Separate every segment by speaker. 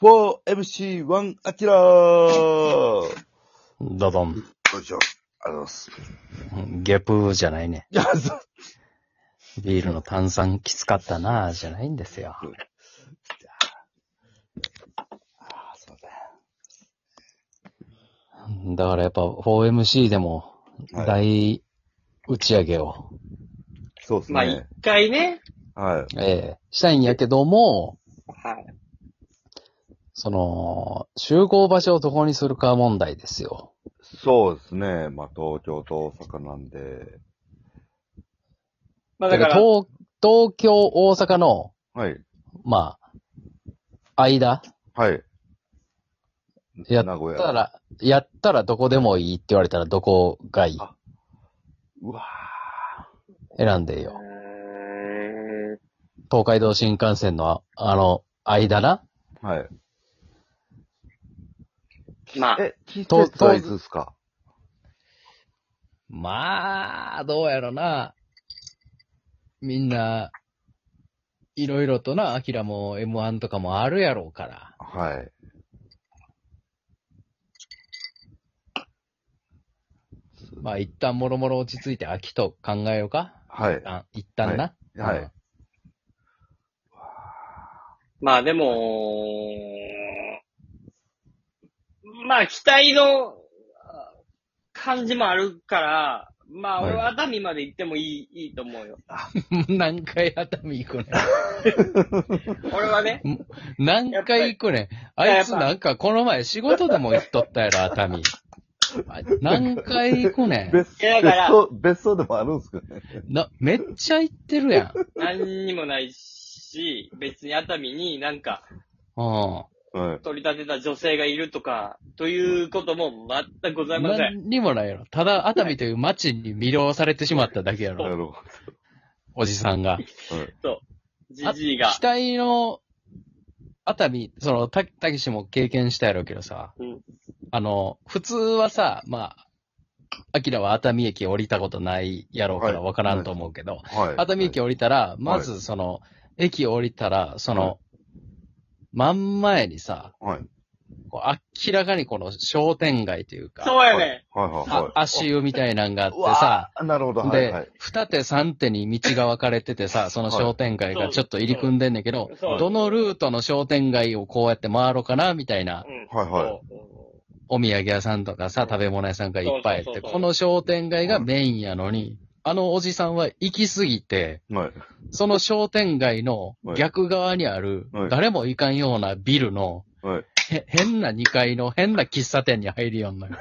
Speaker 1: 4MC1 アキラーよ
Speaker 2: どどん。
Speaker 1: いしょ。ありがとうございます。
Speaker 2: ゲップじゃないね。
Speaker 1: いや、そう
Speaker 2: ビールの炭酸きつかったなぁ、じゃないんですよ。
Speaker 1: あー、すいません。
Speaker 2: だからやっぱ 4MC でも、
Speaker 1: はい
Speaker 2: 大打ち上げを、
Speaker 1: そうです
Speaker 3: まあ、一
Speaker 1: ね。
Speaker 3: 回ね。
Speaker 1: はい。
Speaker 2: ええしたいんやけども、
Speaker 3: はい。
Speaker 2: その、集合場所をどこにするか問題ですよ。
Speaker 1: そうですね。まあ、東京と大阪なんで。
Speaker 3: まあだから、
Speaker 2: 東、東京、大阪の、
Speaker 1: はい。
Speaker 2: まあ、間
Speaker 1: はい。
Speaker 2: やっ
Speaker 1: 名古
Speaker 2: た
Speaker 1: 屋。
Speaker 2: ら、やったらどこでもいいって言われたらどこがいいう
Speaker 1: わ
Speaker 2: 選んでよ。
Speaker 3: うーん
Speaker 2: 東海道新幹線のああの、間な
Speaker 1: ーはい。
Speaker 3: まあ、
Speaker 1: え、季節はいつですか
Speaker 2: まあ、どうやろな。みんな、いろいろとな、アキラも M1 とかもあるやろうから。
Speaker 1: はい。
Speaker 2: まあ、一旦もろもろ落ち着いて秋と考えようか。
Speaker 1: はい。
Speaker 2: あ一旦な。
Speaker 1: はい
Speaker 2: うん
Speaker 3: まあでも、まあ期待のあ感じもあるから、まあ
Speaker 1: はい
Speaker 3: 俺は熱海まで行ってもいい、いいと思うよ。
Speaker 2: 何回熱海 行くね
Speaker 3: 俺はね、
Speaker 2: ん。何回行くねん。あいつなんかこの前仕事でも行っとったやろ、熱 海。あ何回行くねん。
Speaker 1: 別
Speaker 3: いやだから
Speaker 1: 別荘、別荘でもあるんですかね。
Speaker 2: な、めっちゃ行ってるやん。
Speaker 3: 何にもないし、別に熱海になんか
Speaker 2: うん。
Speaker 1: はい。
Speaker 3: 取り立てた女性がいるとか、ということも全くございません。
Speaker 2: 何にもないやろ。ただ、熱海という街に魅了されてしまっただけや
Speaker 1: な
Speaker 2: ろ。
Speaker 1: るほ
Speaker 2: おじさんが。
Speaker 3: じじいが。
Speaker 2: 期待の、熱海、その、た、たけしも経験したやろうけどさ、
Speaker 3: うん
Speaker 2: あの、普通はさ、まあ、アキラは熱海駅降りたことないやろうから
Speaker 1: はい
Speaker 2: わからんと思うけど、
Speaker 1: ど。はい。
Speaker 2: 熱海駅
Speaker 1: は
Speaker 2: 降りたら、まずその、駅降りたら、その、真ん前にさ、
Speaker 1: い。はい。
Speaker 2: こう明らかにこの商店街というか、
Speaker 3: そうやね。
Speaker 1: はいはい
Speaker 2: あ
Speaker 1: はい。
Speaker 2: 足湯みたいなんがあって
Speaker 1: う
Speaker 2: さ
Speaker 1: わ、ー、なるほど。はいはい
Speaker 2: で。、二手三手に道が分かれててさ、その商店街がちょっと入り組んでんだけど、
Speaker 3: そう
Speaker 2: どのルートの商店街をこうやって回ろうかな、みたいな、
Speaker 3: うん
Speaker 1: はいはい
Speaker 3: そう
Speaker 2: お土産屋さんとかさ、食べ物屋さんがいっぱいあ
Speaker 3: そ
Speaker 2: っ
Speaker 3: うそ
Speaker 2: て、
Speaker 3: うそう
Speaker 2: この商店街がメインやのに、あのおじさんは行き過ぎて、
Speaker 1: はい。
Speaker 2: その商店街の逆側にある
Speaker 1: はい、
Speaker 2: 誰も行かんようなビルの、
Speaker 1: はい。
Speaker 2: へ変な2階の変な喫茶店に入りよんのよ。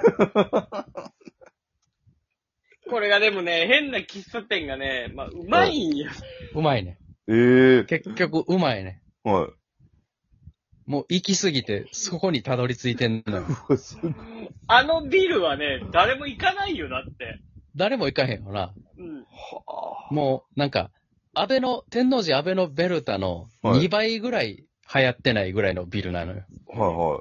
Speaker 3: これがでもね、変な喫茶店がね、まあ、うまいんよ。
Speaker 2: うまいね。
Speaker 1: ええ
Speaker 2: 結局うまいね。
Speaker 1: はい。
Speaker 2: もう行き過ぎて、そこにたどり着いてんのよ。
Speaker 1: うわすごい
Speaker 3: あのビルはね、誰も行かないよ、だって。
Speaker 2: 誰も行かへんよな。
Speaker 3: うん。
Speaker 1: は
Speaker 2: もう、なんか、安倍の、天王寺安倍のベルタの
Speaker 1: はい
Speaker 2: 2倍ぐらい流行ってないぐらいのビルなのよ。
Speaker 1: あ。はいはい。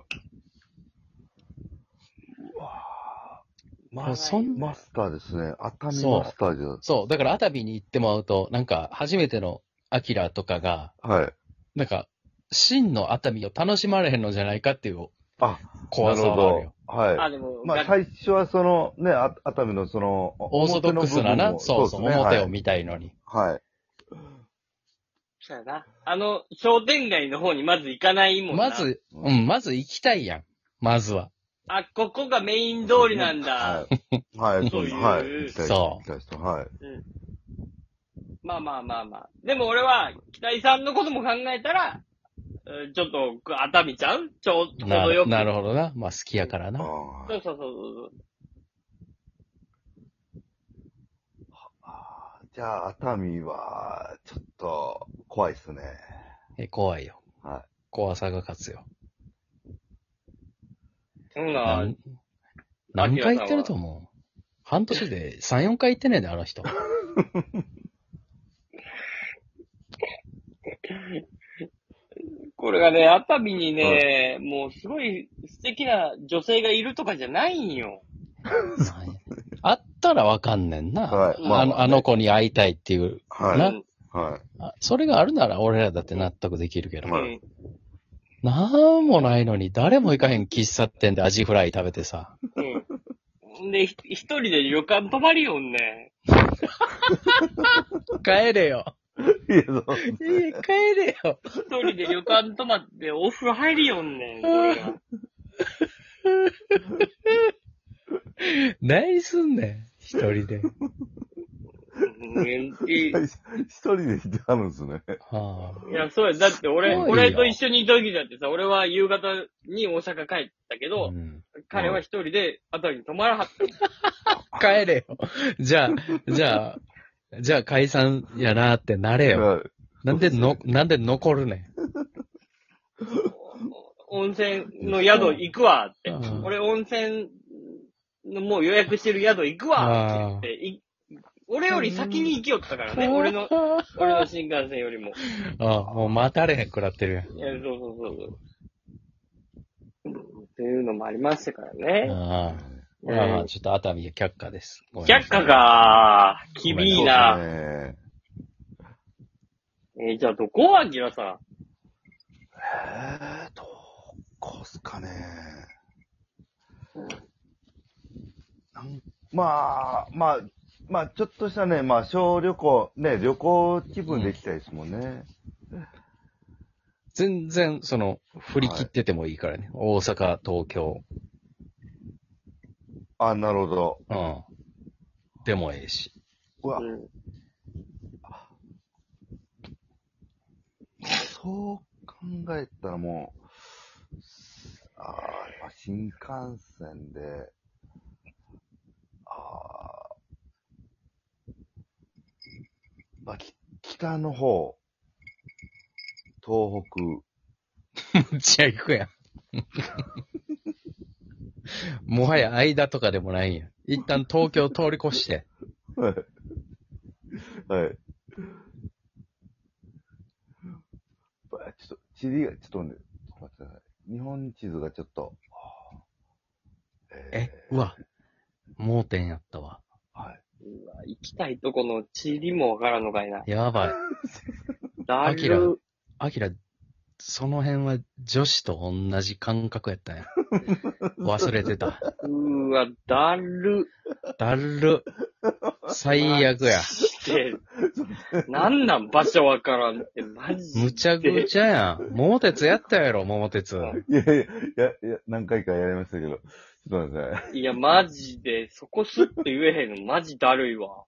Speaker 2: もうそん
Speaker 1: マスターですね。熱海
Speaker 2: そう
Speaker 1: マスターじゃん。
Speaker 2: そう、だから熱海に行ってもらうと、なんか、初めてのアキラとかが、
Speaker 1: はい。
Speaker 2: なんか、真の熱海を楽しまれへんのじゃないかっていう
Speaker 1: あ、
Speaker 2: 怖さはある
Speaker 1: な
Speaker 2: よ。
Speaker 1: るほど。は
Speaker 3: あ、
Speaker 1: い。
Speaker 3: でも、
Speaker 1: まあ、
Speaker 3: が
Speaker 1: 最初はその、ね、あ熱海のその、
Speaker 2: オーソドックスな
Speaker 1: 表の部分
Speaker 2: な、
Speaker 1: を
Speaker 2: そうそう、
Speaker 1: ですね
Speaker 2: 表を見たいのに。
Speaker 1: はい。はい。
Speaker 3: そうやな。あの、商店街の方にまず行かないもんな。
Speaker 2: ま、ず、うん、まず行きたいやん。まずは。
Speaker 3: あ、ここがメイン通りなんだ。
Speaker 1: はい。はい。
Speaker 3: そういう
Speaker 1: はい。
Speaker 2: そう
Speaker 1: うです。はい。
Speaker 3: まあまあまあまあ。でも俺は、北井さんのことも考えたら、うんちょっと、こう熱海ちゃんちょ、ちょう
Speaker 2: な
Speaker 3: どよく。
Speaker 2: なるほどな。まあ、好きやから
Speaker 1: あ
Speaker 2: な。
Speaker 1: あ
Speaker 3: そうそうそうそう。
Speaker 1: ああ。じゃあ、熱海は、ちょっと、怖いですね。
Speaker 2: え怖いよ。
Speaker 1: は
Speaker 2: 怖さが勝つよ。
Speaker 3: そんな
Speaker 2: なん、何回行ってると思う半年で3、4回行ってねえで、あ の人。
Speaker 3: これがね、熱海にね、もうすごい素敵な女性がいるとかじゃないんよ。
Speaker 2: なんやあったらわかんねんな。
Speaker 1: はい
Speaker 3: まあ
Speaker 2: あのあの子に会いたいっていう。
Speaker 1: い。は。
Speaker 2: ない
Speaker 1: はい。
Speaker 2: あそれがあるなら俺らだって納得できるけど。
Speaker 1: はい
Speaker 3: うん
Speaker 2: なんもないのに、誰も行かへん喫茶店でアジフライ食べてさ。
Speaker 3: うん。で、ひ一人で旅館泊まりよんね。
Speaker 2: 帰れよ。
Speaker 1: いや、そう
Speaker 2: いい帰れよ。
Speaker 3: 一人で旅館泊まってお風呂入りよんねん、これが。
Speaker 2: 何すんねん。一人で。
Speaker 3: うんいい
Speaker 1: 一人で行ってはるんですね。
Speaker 2: はあ、
Speaker 3: いや、そうや。だって俺、
Speaker 2: すごいよ
Speaker 3: 俺と一緒にいた時だってさ、俺は夕方に大阪帰ったけど、
Speaker 2: うん
Speaker 3: 彼は一人で後に泊まらはった。
Speaker 2: 帰れよ。じゃあ、じゃあ、じゃあ解散やなってなれよ。
Speaker 1: はい
Speaker 2: なんでの、なんで残るね
Speaker 3: 温泉の宿行くわって
Speaker 2: う。ん
Speaker 3: 俺温泉のもう予約してる宿行くわって言って、い俺より先に行きよったから
Speaker 2: ん。
Speaker 3: ね、俺の、
Speaker 2: あ
Speaker 3: 俺の新幹線よりも。
Speaker 2: あ、もう待たれへんくらってるやん。
Speaker 3: いや、そうそうそうそう。っていうのもありましたからね。
Speaker 2: ああ。これはまあちょっと熱海却下です。ごめんな
Speaker 3: 却
Speaker 2: さい
Speaker 3: 下。かー、厳い
Speaker 1: そう
Speaker 3: な。
Speaker 1: ですね
Speaker 3: えーじゃあどこアキラさ
Speaker 1: えー、どこっすかね。なんまあ、まあ、まあ、ちょっとしたね、まあ、小旅行、ね、旅行気分で行きたいですもんね。
Speaker 2: 全然、その、振り切っててもいいからね。大阪、東京。
Speaker 1: あ、なるほど。
Speaker 2: うん。でもええし。
Speaker 1: うわ
Speaker 3: ん。、うん
Speaker 1: そう考えたらもう、あーまあ、新幹線で、あーまあ、き北の方、東北、
Speaker 2: むっちゃ行くやん。 もはや間とかでもないんや。一旦東京通り越して。
Speaker 1: はい。はい。ばちょっと、地理が、ちょっと待って、ちょっと待ってください。日本地図がちょっと、
Speaker 2: え、うわ。盲点やったわ。
Speaker 1: はい。
Speaker 3: うわ行きたいとこの地理もわからんのかいな。
Speaker 2: やばい。
Speaker 3: だ
Speaker 2: アキラ
Speaker 3: る
Speaker 2: アキラ、その辺は女子と同じ感覚やったんや。忘れてた。
Speaker 3: うわ、だる
Speaker 2: だる。最悪や。
Speaker 3: して、なんなん場所わからんって、マジで。
Speaker 2: むちゃくちゃやん。桃鉄やったやろ、桃鉄。
Speaker 1: いやいや、いや、いや、何回かやりましたけど、ちょっと待ってください。
Speaker 3: いや、マジで、そこすって言えへんの、マジだる いわ。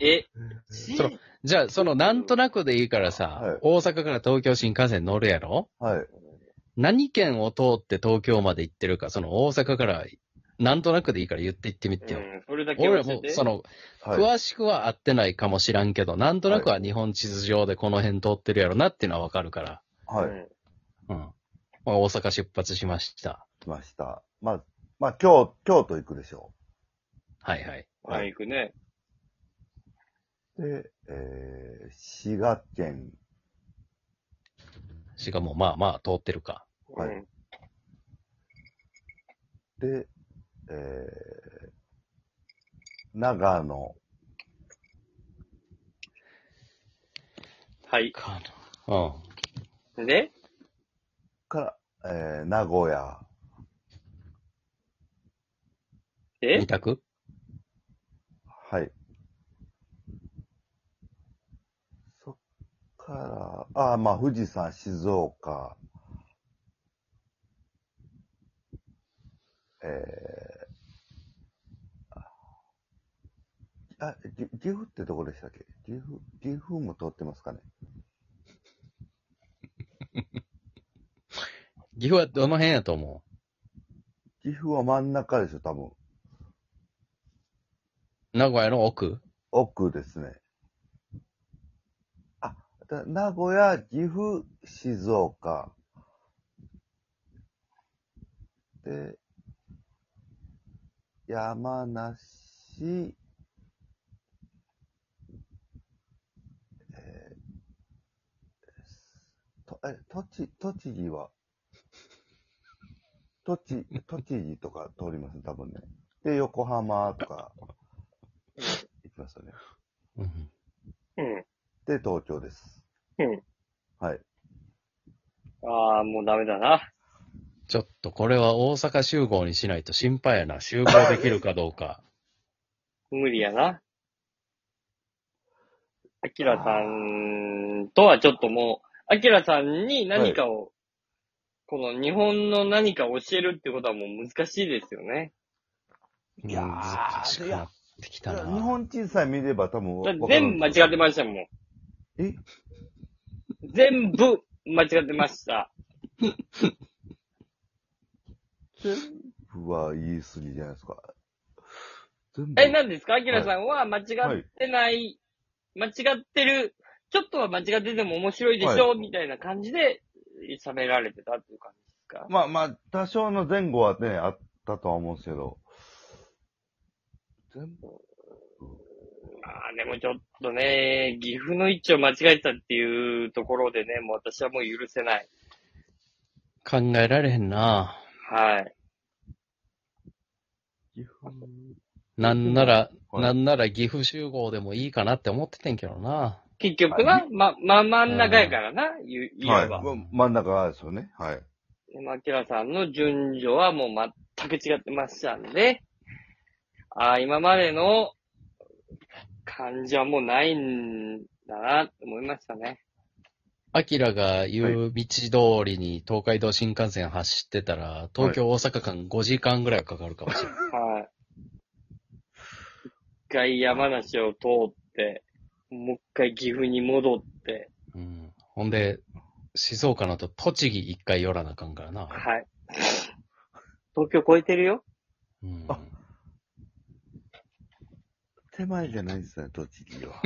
Speaker 3: え、
Speaker 2: そのじゃあ、その、なんとなくでいいからさ、
Speaker 1: はい
Speaker 2: 大阪から東京新幹線乗るやろ
Speaker 1: はい。
Speaker 2: 何県を通って東京まで行ってるか、その大阪から、なんとなくでいいから言って行ってみて
Speaker 3: う
Speaker 2: よ。
Speaker 3: ん、それだけ
Speaker 2: 俺ら
Speaker 3: 教え
Speaker 2: も
Speaker 3: て。、
Speaker 2: その、
Speaker 1: はい。
Speaker 2: 詳しくは合ってないかもしらんけど、なんとなくは日本地図上でこの辺通ってるやろなっていうのはわかるから。
Speaker 1: は
Speaker 3: う
Speaker 1: い。
Speaker 2: う
Speaker 3: ん
Speaker 2: ん。まあ、大阪出発しました。
Speaker 1: 来ました。まあ、まあ、京、京都行くでしょ
Speaker 2: はいはい。
Speaker 3: はい、行くね。
Speaker 1: う。で、えー、滋賀県、
Speaker 2: しかも、まあまあ通ってるか。
Speaker 1: はい
Speaker 3: うん
Speaker 1: で、えー、長野、
Speaker 3: はい。
Speaker 2: かな。うん。
Speaker 3: で、
Speaker 1: から、えー、名古屋、
Speaker 3: え
Speaker 2: 二択
Speaker 1: はい。そっから、ああ、まあ、富士山、静岡、えー、あ、ぎ岐阜ってどこでしたっけ岐阜、岐阜も通ってますかね
Speaker 2: 岐阜はどの辺やと思
Speaker 1: 岐阜は真ん中でしょ、多分。
Speaker 2: う名古屋の奥
Speaker 1: 奥ですね。あ、だ名古屋、岐阜、静岡。で、山梨、えーと、え、栃、栃木は、栃、栃木とか通りますね、多分ね。で、横浜とか行きますよね。
Speaker 2: うん。
Speaker 3: うん。
Speaker 1: で、東京です。
Speaker 3: うん。
Speaker 1: はい。
Speaker 3: ああ、もうダメだな。
Speaker 2: ちょっとこれは大阪集合にしないと心配やな。集合できるかどうか。
Speaker 3: 無理やな。アキラさんとはちょっともう、アキラさんに何かを、この日本の何かを教えるってことはもう難しいですよね。
Speaker 1: いやー
Speaker 2: 難しくなってきたな。
Speaker 1: 日本人さえ見れば多分
Speaker 3: だって
Speaker 1: わかる
Speaker 3: 全部間違って
Speaker 1: す。
Speaker 3: ましたもん。
Speaker 1: え
Speaker 3: 全部間違ってました。
Speaker 1: 全部は言い過ぎじゃないですか。全部。
Speaker 3: え、なんですかアキラさんは間違ってない、間違ってる、ちょっとは間違ってても面白いでしょ、みたいな感じで喋られてたっていう感じですか
Speaker 1: まあまあ、多少の前後はね、あったとは思うんですけど。全部
Speaker 3: まあでもちょっとね、岐阜の位置を間違えたっていうところでね、もう私はもう許せない。
Speaker 2: 考えられへんな。
Speaker 3: はい。
Speaker 1: 岐阜
Speaker 2: なんなら、
Speaker 1: はい
Speaker 2: なんなら岐阜集合でもいいかなって思っててんけどな。
Speaker 3: 結局な、ま、ま、真ん中やからな、言う言
Speaker 1: は
Speaker 3: え
Speaker 1: い。
Speaker 3: ば。
Speaker 1: ま真ん中ですよね。はい。
Speaker 3: でまあ、キラさんの順序はもう全く違ってましたんで、ああ、今までの感じはもうないんだな、と思いましたね。
Speaker 2: アキラが言う道通りに東海道新幹線走ってたら、東京大阪間5時間ぐらいかかるかもしれない。
Speaker 3: はい。一回山梨を通って、もう一回岐阜に戻って、
Speaker 2: うん、ほんで、静岡のと栃木一回寄らなあかんからな。
Speaker 3: はい。 東京超えてるよ。
Speaker 2: うん、
Speaker 1: あ 手前じゃないですね、栃木は。